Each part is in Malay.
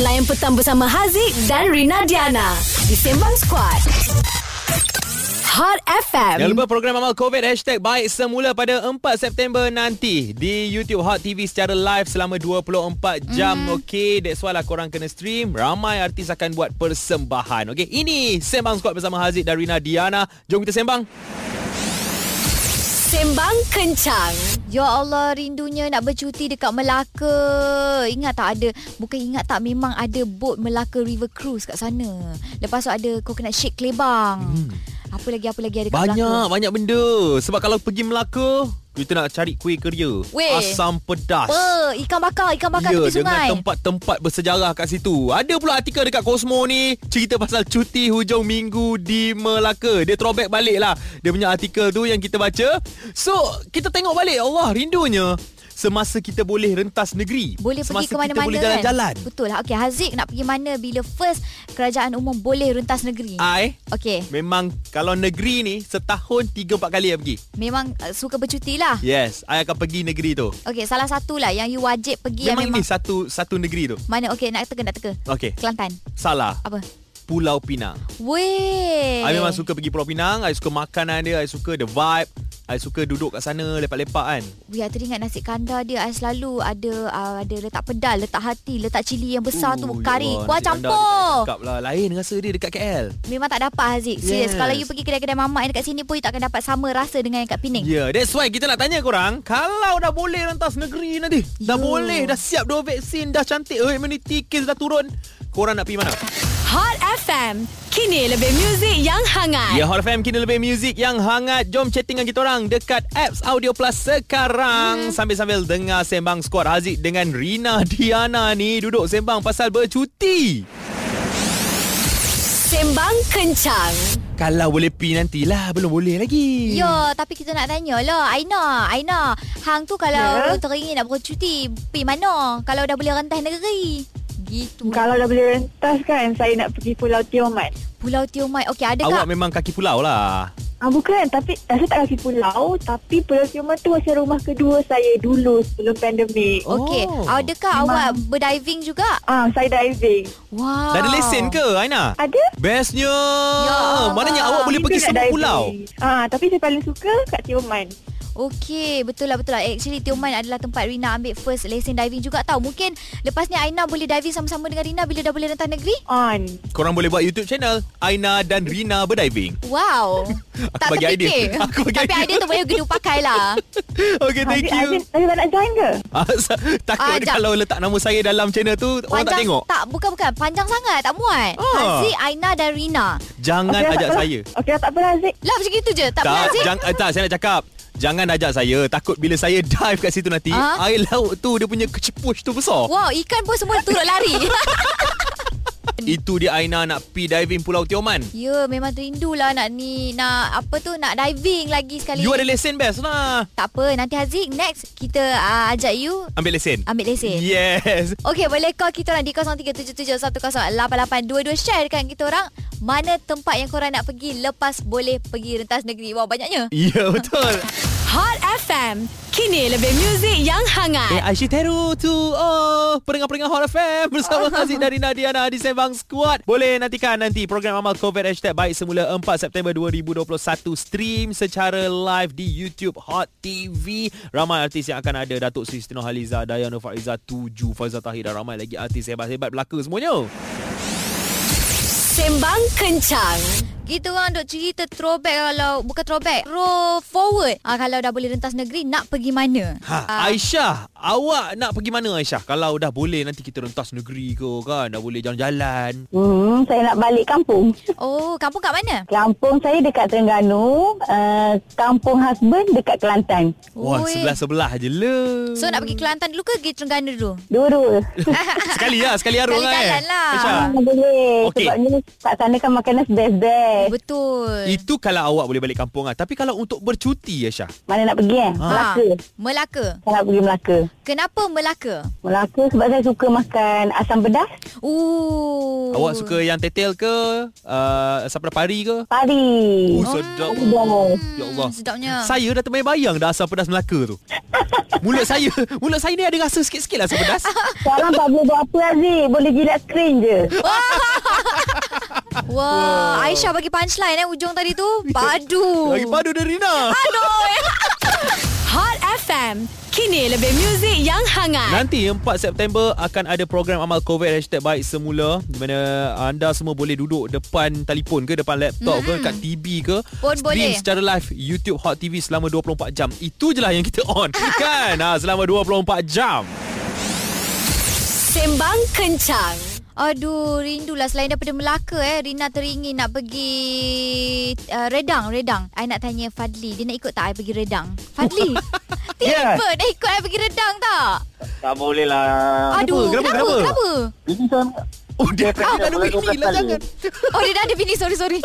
Layan petang bersama Haziq dan Rina Diana di Sembang Squad. Hot FM. Jangan lupa program amal COVID Hashtag baik semula pada 4 September nanti Di YouTube Hot TV secara live selama 24 jam mm. Okay, that's why lah korang kena stream Ramai artis akan buat persembahan Okay, ini Sembang Squad bersama Haziq dan Rina Diana Jom kita sembang Sembang Kencang. Ya Allah rindunya nak bercuti dekat Melaka. Ingat tak ada bukan ingat tak memang ada boat Melaka River Cruise kat sana. Lepas tu ada coconut shake Kelebang. Hmm. Apa lagi apa lagi ada kat Banyak, Melaka. banyak benda Sebab kalau pergi Melaka Kita nak cari kuih keria Weh. Asam pedas Apa? Ikan bakar, ikan Ya, bakar tepi sungai. dengan tempat-tempat bersejarah kat situ. Ada pula artikel dekat Cosmo ni cerita pasal cuti hujung minggu di Melaka. Dia throwback balik lah. Dia punya artikel tu yang kita baca. So, kita tengok balik. Allah, rindunya. Semasa kita boleh rentas negeri. Boleh Semasa pergi ke mana-mana kita boleh kan? jalan-jalan. Betul lah. Okey, Haziq nak pergi mana bila first kerajaan umum boleh rentas negeri? I Okey, memang kalau negeri ni setahun 3-4 kali I pergi. memang uh, suka bercuti lah. Yes, I akan pergi negeri tu. Okey, salah satu lah yang you wajib pergi yang Memang, ini memang satu satu negeri tu. mana okey nak teka nak teka. Okey, Kelantan. salah. Apa? Pulau Pinang. Weh. I memang suka pergi Pulau Pinang I suka makanan dia I suka the vibe I suka duduk kat sana Lepak-lepak kan Weh, I teringat nasi kandar dia I selalu ada uh, ada letak pedal, letak hati, letak cili yang besar tu, Ooh, kari, ya Allah, kuah nasi kandar dekat- campur. Cakap lah Lain rasa dia dekat KL Memang tak dapat Haziq. Serius, Yes. kalau you pergi kedai-kedai mamak yang dekat sini pun you takkan dapat sama rasa dengan yang kat Pening. Ya, yeah, that's why kita nak tanya korang Kalau dah boleh rentas negeri nanti Dah Yo. boleh, dah siap dua vaksin Dah cantik, herd immunity case dah turun Korang nak pergi mana? Hot FM. Kini lebih muzik yang hangat. Ya, Hot FM kini lebih muzik yang hangat. Jom chatting dengan kita orang dekat apps Audio Plus Hmm. sekarang. Sambil-sambil dengar Sembang Squad Haziq dengan Rina Diana ni duduk sembang pasal bercuti. Sembang Kencang. Kalau boleh pi nantilah, belum boleh lagi. Yo, tapi kita nak tanya lah Aina, Aina Hang tu kalau yeah. teringin nak bercuti Pergi mana? Kalau dah boleh rentas negeri Gitu Kalau dah boleh rentas kan Saya nak pergi Pulau Tioman Pulau Tioman Okey, ada Awak kak? memang kaki pulau lah. ah, Bukan Tapi eh, Saya tak kaki pulau Tapi Pulau Tioman tu Macam rumah kedua saya Dulu sebelum pandemik Oh. Okey, ada kak Memang. awak berdiving juga? Ah, Saya diving Wow Dah ada lesen ke, Aina? Ada Bestnya. Ah. Ya Allah. Maknanya awak boleh Saya pergi nak semua diving. pulau. ah, Tapi saya paling suka Kat Tioman Okey, betul lah betul lah. Actually Tioman adalah tempat Rina ambil first lesson diving juga tau. Mungkin lepas ni Aina boleh diving sama-sama dengan Rina bila dah boleh rentas negeri. On Korang boleh buat YouTube channel Aina dan Rina Berdiving. Wow. Aku tak bagi idea. terfikir. Aku bagi Tapi idea. idea tu boleh gedung pakai lah. Okay, thank Haziq- you. Haziq- Haziq tak nak join ke? Ah, sa- Ah, Takut jap. kalau letak nama saya dalam channel tu, orang tak tengok. Tak, bukan bukan. Panjang sangat, tak muat. Ah. Haziq, Aina dan Rina. Jangan Okey, ajak tak saya. apa. Okey tak apa Haziq Lah macam itu je. Tak, Tak, tak Haziq. jang, eh, tak, saya nak cakap. Jangan ajak saya. Takut bila saya dive kat situ nanti, Ah? air laut tu dia punya kecepush tu besar. Wow, ikan pun semua turut lari. Itu dia Aina nak pi diving Pulau Tioman. ya, memang terindulah nak ni, nak apa tu, nak diving lagi sekali. You ada lesen best lah. Tak apa, nanti Haziq next kita uh, ajak you Ambil lesen. ambil lesen. Yes. Okey, boleh call kita orang di 0377108822 share dengan kita orang mana tempat yang korang nak pergi lepas boleh pergi rentas negeri. Wow, banyaknya. Ya betul. Hot FM. Kini lebih muzik yang Eh hangat. Aisyah Teru tu oh pendengar-pendengar Hot FM bersama Aziz dari Nadiana di Sembang Squad. Boleh nantikan nanti program amal COVID hashtag baik semula 4 September 2021 stream secara live di YouTube Hot TV. Ramai artis yang akan ada Datuk Sri Siti Haliza, Dayana Faiza 7, Faizal Tahir dan ramai lagi artis hebat-hebat belaka semuanya. Sembang Kencang. Kita orang duk cerita throwback kalau bukan throwback, roll forward. Ah kalau dah boleh rentas negeri nak pergi mana? Ha, Aisyah, awak nak pergi mana Aisyah? Kalau dah boleh nanti kita rentas negeri ke kan? Dah boleh jalan-jalan. Hmm, saya nak balik kampung. Oh, kampung kat mana? Kampung saya dekat Terengganu, uh, kampung husband dekat Kelantan. Wah, Oi. sebelah-sebelah je lah. So nak pergi Kelantan dulu ke pergi Terengganu dulu? Dua-dua. Sekali lah Sekali arung Sekali kan jalan lah. Aisyah, Ah, boleh. Okey. Okay. Sebab ni kat sana kan makanan best-best. Betul. Itu kalau awak boleh balik kampung lah Tapi kalau untuk bercuti Aisyah Mana nak pergi eh? Ah. Ah, Melaka. Melaka. Saya nak pergi Melaka. Kenapa Melaka? Melaka sebab saya suka makan asam pedas. Oh. Awak suka yang tetel ke? Uh, sapari ke? Pari. Oh, sedap. Oh. Ya Allah. Sedapnya. Saya dah terbayang-bayang dah asam pedas Melaka tu. Mulut saya, mulut saya ni ada rasa sikit-sikit lah asam pedas. Sekarang tak boleh buat apa Aziz. Boleh jilat skrin je. Wah, wow. Aisyah bagi punchline eh ujung tadi tu. Padu. Lagi padu dari Ah, Rina. Hot FM. Kini lebih muzik yang hangat. Nanti 4 September akan ada program amal COVID hashtag baik semula di mana ah, anda semua boleh duduk depan telefon ke depan laptop mm-hmm. ke kat TV ke Pun stream boleh. secara live YouTube Hot TV selama 24 jam. Itu je lah yang kita on kan. Ha selama 24 jam. Sembang kencang. Aduh, rindulah selain daripada Melaka eh. Rina teringin nak pergi uh, Redang, Redang. I nak tanya Fadli, dia nak ikut tak I pergi Redang? Fadli. Tiba yeah. Ya. nak ikut I pergi Redang tak? Tak boleh lah. Aduh, Kenapa? kenapa? Kenapa? Kenapa? kenapa? Ini saya... Oh dia Dia tak ada boleh wiki lah dua jangan. kali. Oh, dia dah ada bini. Sorry, sorry.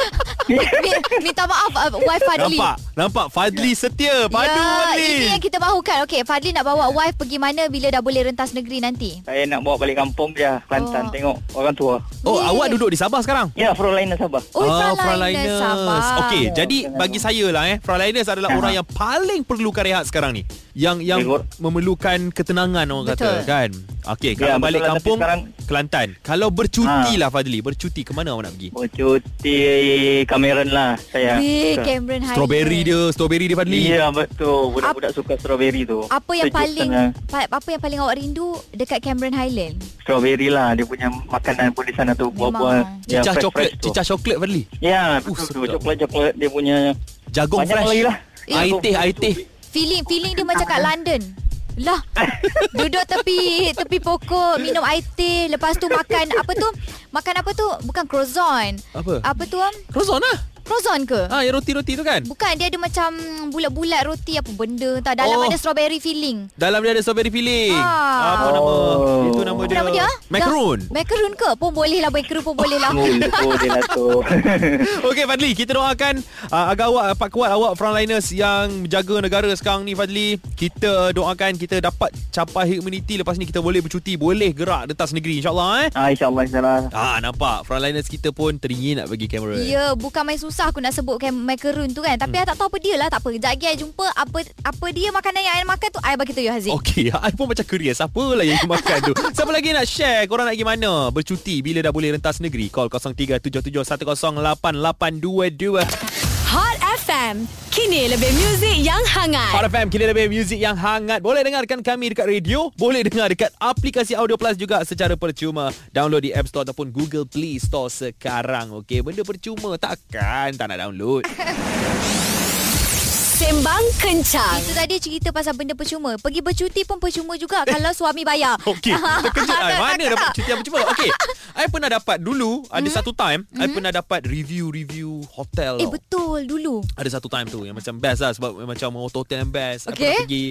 Mi- Minta maaf, uh, wife Fadli. Nampak, nampak Fadli setia. Padu Fadli. ini yang kita mahukan. Okey, Fadli nak bawa wife pergi mana bila dah boleh rentas negeri nanti? Saya nak bawa balik kampung je. Kelantan Oh. oh. tengok orang tua. Oh, Ye. awak duduk di Sabah sekarang? Ya, frontliner Sabah. Oh, Ah, frontliners. Sabar. Okey, Ya, jadi frontliners. bagi saya lah eh, frontliners adalah Ha. orang yang paling perlukan rehat sekarang ni. Yang yang Betul. memerlukan ketenangan orang Betul. kata kan. Okey, kalau Ya, betul balik lah, tapi kampung sekarang- Kelantan. Kalau bercuti lah Ha. Fadli, bercuti ke mana awak nak pergi? Bercuti Oh, Cameron lah saya. Weh, Cameron Highland. Strawberry dia, strawberry dia Fadli. Ya, betul. Budak-budak suka strawberry tu. Apa yang Sejuk paling sangat. pa- apa yang paling awak rindu dekat Cameron Highland? Strawberry lah. Dia punya makanan pun di sana tu. Memang. Buah-buah. yang Cicah fresh-fresh coklat, tu. cicah coklat Fadli. Ya, Uh, betul tu. sedap. Coklat-coklat dia punya Jagung Banyak fresh. lagi lah. Ya. Air Eh. teh, air teh. Feeling feeling dia macam kat London. Lah Duduk tepi Tepi pokok Minum air teh Lepas tu makan Apa tu Makan apa tu Bukan croissant Apa? Apa tu am? Croissant lah. Croissant ke? Ha, yang roti-roti tu kan? Bukan dia ada macam Bulat-bulat roti Apa benda tak Dalam Oh. ada strawberry filling Dalam dia ada strawberry filling. Ah. Apa nama? Oh. Itu nama Apa dia. nama dia? ah? Macaron. Dah, macaron ke? Pun boleh lah Macaron pun boleh lah Oh, oh dia lah tu. Okey Fadli, kita doakan uh, agar awak dapat kuat awak frontliners yang jaga negara sekarang ni Fadli. Kita doakan kita dapat capai immunity lepas ni kita boleh bercuti, boleh gerak rentas negeri insyaAllah eh. ah, InsyaAllah, insyaAllah. Ah nampak frontliners kita pun teringin nak pergi Cameron. Ya, bukan main susah aku nak sebutkan macaron tu kan. Tapi hmm. I tak tahu apa dia lah. Tak apa. Sekejap lagi I jumpa apa apa dia makanan yang I makan tu, I bagi tahu you Haziq. Okey, I pun macam curious Apalah yang you makan tu Siapa lagi nak share Korang nak pergi mana Bercuti Bila dah boleh rentas negeri Call 0377108822 Hot FM. Kini lebih muzik yang hangat. Hot FM Kini lebih muzik yang hangat Boleh dengarkan kami dekat radio Boleh dengar dekat aplikasi Audio Plus juga Secara percuma Download di App Store Ataupun Google Play Store sekarang Okey Benda percuma Takkan tak nak download Sembang kencang. Itu tadi cerita pasal benda percuma. Pergi bercuti pun percuma juga Eh. kalau suami bayar. Okey Terkejut I Mana Takut dapat tak? cuti yang percuma Okey I pernah dapat dulu Ada satu time I pernah dapat review-review hotel Eh tau. betul dulu. ada satu time tu yang macam best lah sebab yang macam hotel yang best. Okay. Aku pernah pergi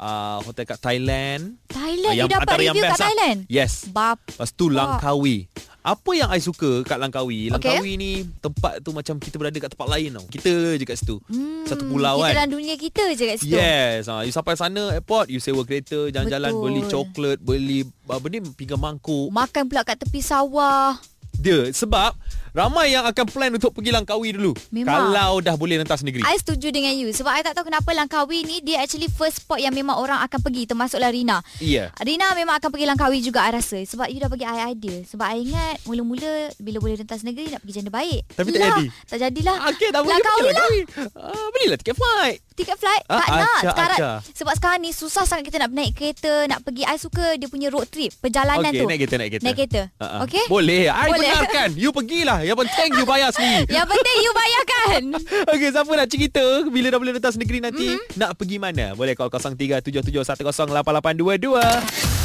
uh, hotel kat Thailand. Thailand Ah, you dapat antara review kat best lah. Thailand. Yes. Bab. Lepas tu Ah. Langkawi. Apa yang I suka kat Langkawi? Okay. Langkawi ni tempat tu macam kita berada kat tempat lain tau. Kita je kat situ. Hmm, Satu pulau kita kan. dalam dunia kita je kat situ. Yes ha. You sampai sana airport You sewa kereta Jalan-jalan Betul. Beli coklat Beli Apa ni Pinggan mangkuk Makan pula kat tepi sawah. Dia Sebab Ramai yang akan plan Untuk pergi Langkawi dulu Memang. Kalau dah boleh rentas negeri I setuju dengan you sebab I tak tahu kenapa Langkawi ni dia actually first spot yang memang orang akan pergi termasuklah Rina. Ya yeah. Rina memang akan pergi Langkawi juga I rasa sebab you dah bagi I idea. Sebab I ingat mula-mula bila boleh rentas negeri nak pergi janda baik. Tapi tak jadi. Tak jadilah. Okay tak boleh Langkawi pergi lah. Ah, Belilah tiket flight Tiket flight Ah, tak nak acak, sekarang acak. sebab sekarang ni susah sangat kita nak naik kereta nak pergi I suka dia punya road trip perjalanan Okey, tu naik kereta, naik kereta. naik kereta Uh-uh. okey Boleh I Boleh. Boleh. benarkan You pergilah Yang penting you bayar sendiri yang penting you bayarkan Okey, siapa nak cerita bila dah boleh rentas negeri nanti Mhm. mm-hmm. nak pergi mana? Boleh call 0377108822.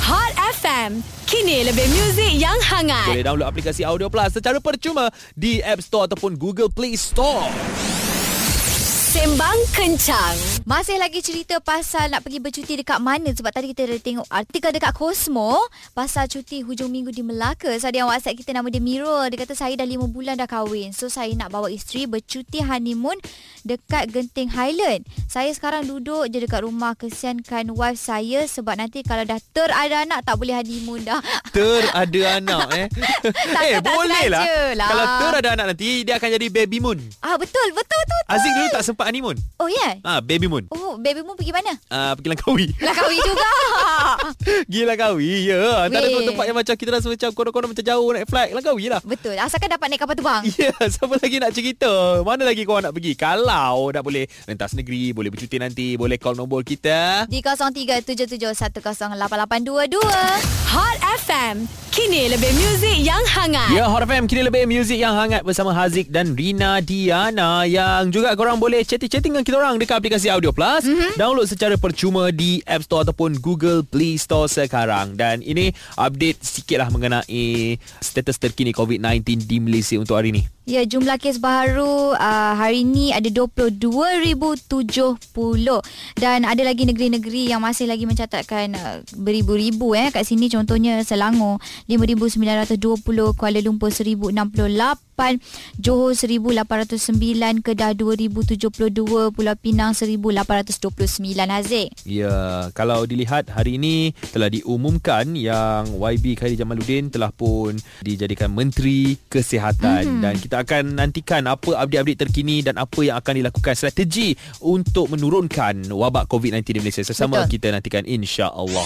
Hot FM. Kini lebih muzik yang hangat. Boleh download aplikasi Audio Plus secara percuma di App Store ataupun Google Play Store. Sembang Kencang. Masih lagi cerita pasal nak pergi bercuti dekat mana sebab tadi kita dah tengok artikel dekat Cosmo pasal cuti hujung minggu di Melaka. So ada yang WhatsApp kita nama dia Miro. Dia kata saya dah 5 bulan dah kahwin. So saya nak bawa isteri bercuti honeymoon dekat Genting Highland. Saya sekarang duduk je dekat rumah kesiankan wife saya sebab nanti kalau dah terada anak tak boleh honeymoon dah. Terada anak eh. Tak, eh tak, tak boleh lah. sengaja lah. Kalau terada anak nanti dia akan jadi baby moon. Ah betul betul tu. Aziz dulu tak sempat honeymoon. Oh ya. Yeah. Ah, baby moon. Oh baby mu pergi mana? Ah, pergi Langkawi. Lah kahwin juga. Gila Langkawi. Ya, tak ada Weh. satu tempat yang macam kita rasa macam konon-konon macam jauh naik flight. Langkawi lah. Betul. Asalkan dapat naik kapal terbang. Ya, yeah, siapa lagi nak cerita? Mana lagi korang nak pergi? Kalau dah boleh rentas negeri, boleh bercuti nanti, boleh call nombor kita. Di 0377108822. Hot FM. Kini lebih muzik yang hangat. Ya, Hot FM kini lebih muzik yang hangat bersama Haziq dan Rina Diana yang juga korang boleh chatting-chatting dengan kita orang dekat aplikasi Audio Plus. Mm-hmm. Download secara percuma di App Store ataupun Google Play Store sekarang. Dan ini update sikit lah mengenai status terkini COVID-19 di Malaysia untuk hari ini. Ya, jumlah kes baru uh, hari ini ada 22,070 dan ada lagi negeri-negeri yang masih lagi mencatatkan uh, beribu-ribu eh kat sini contohnya Selangor 5,920, Kuala Lumpur 1,068, Johor 1,809, Kedah 2,072, Pulau Pinang 1,829 Haziq. Ya, kalau dilihat hari ini telah diumumkan yang YB Khairi Jamaluddin telah pun dijadikan Menteri Kesihatan mm-hmm. dan kita akan nantikan apa update-update terkini dan apa yang akan dilakukan strategi untuk menurunkan wabak COVID-19 di Malaysia. Sesama Betul. Betul. kita nantikan insya-Allah.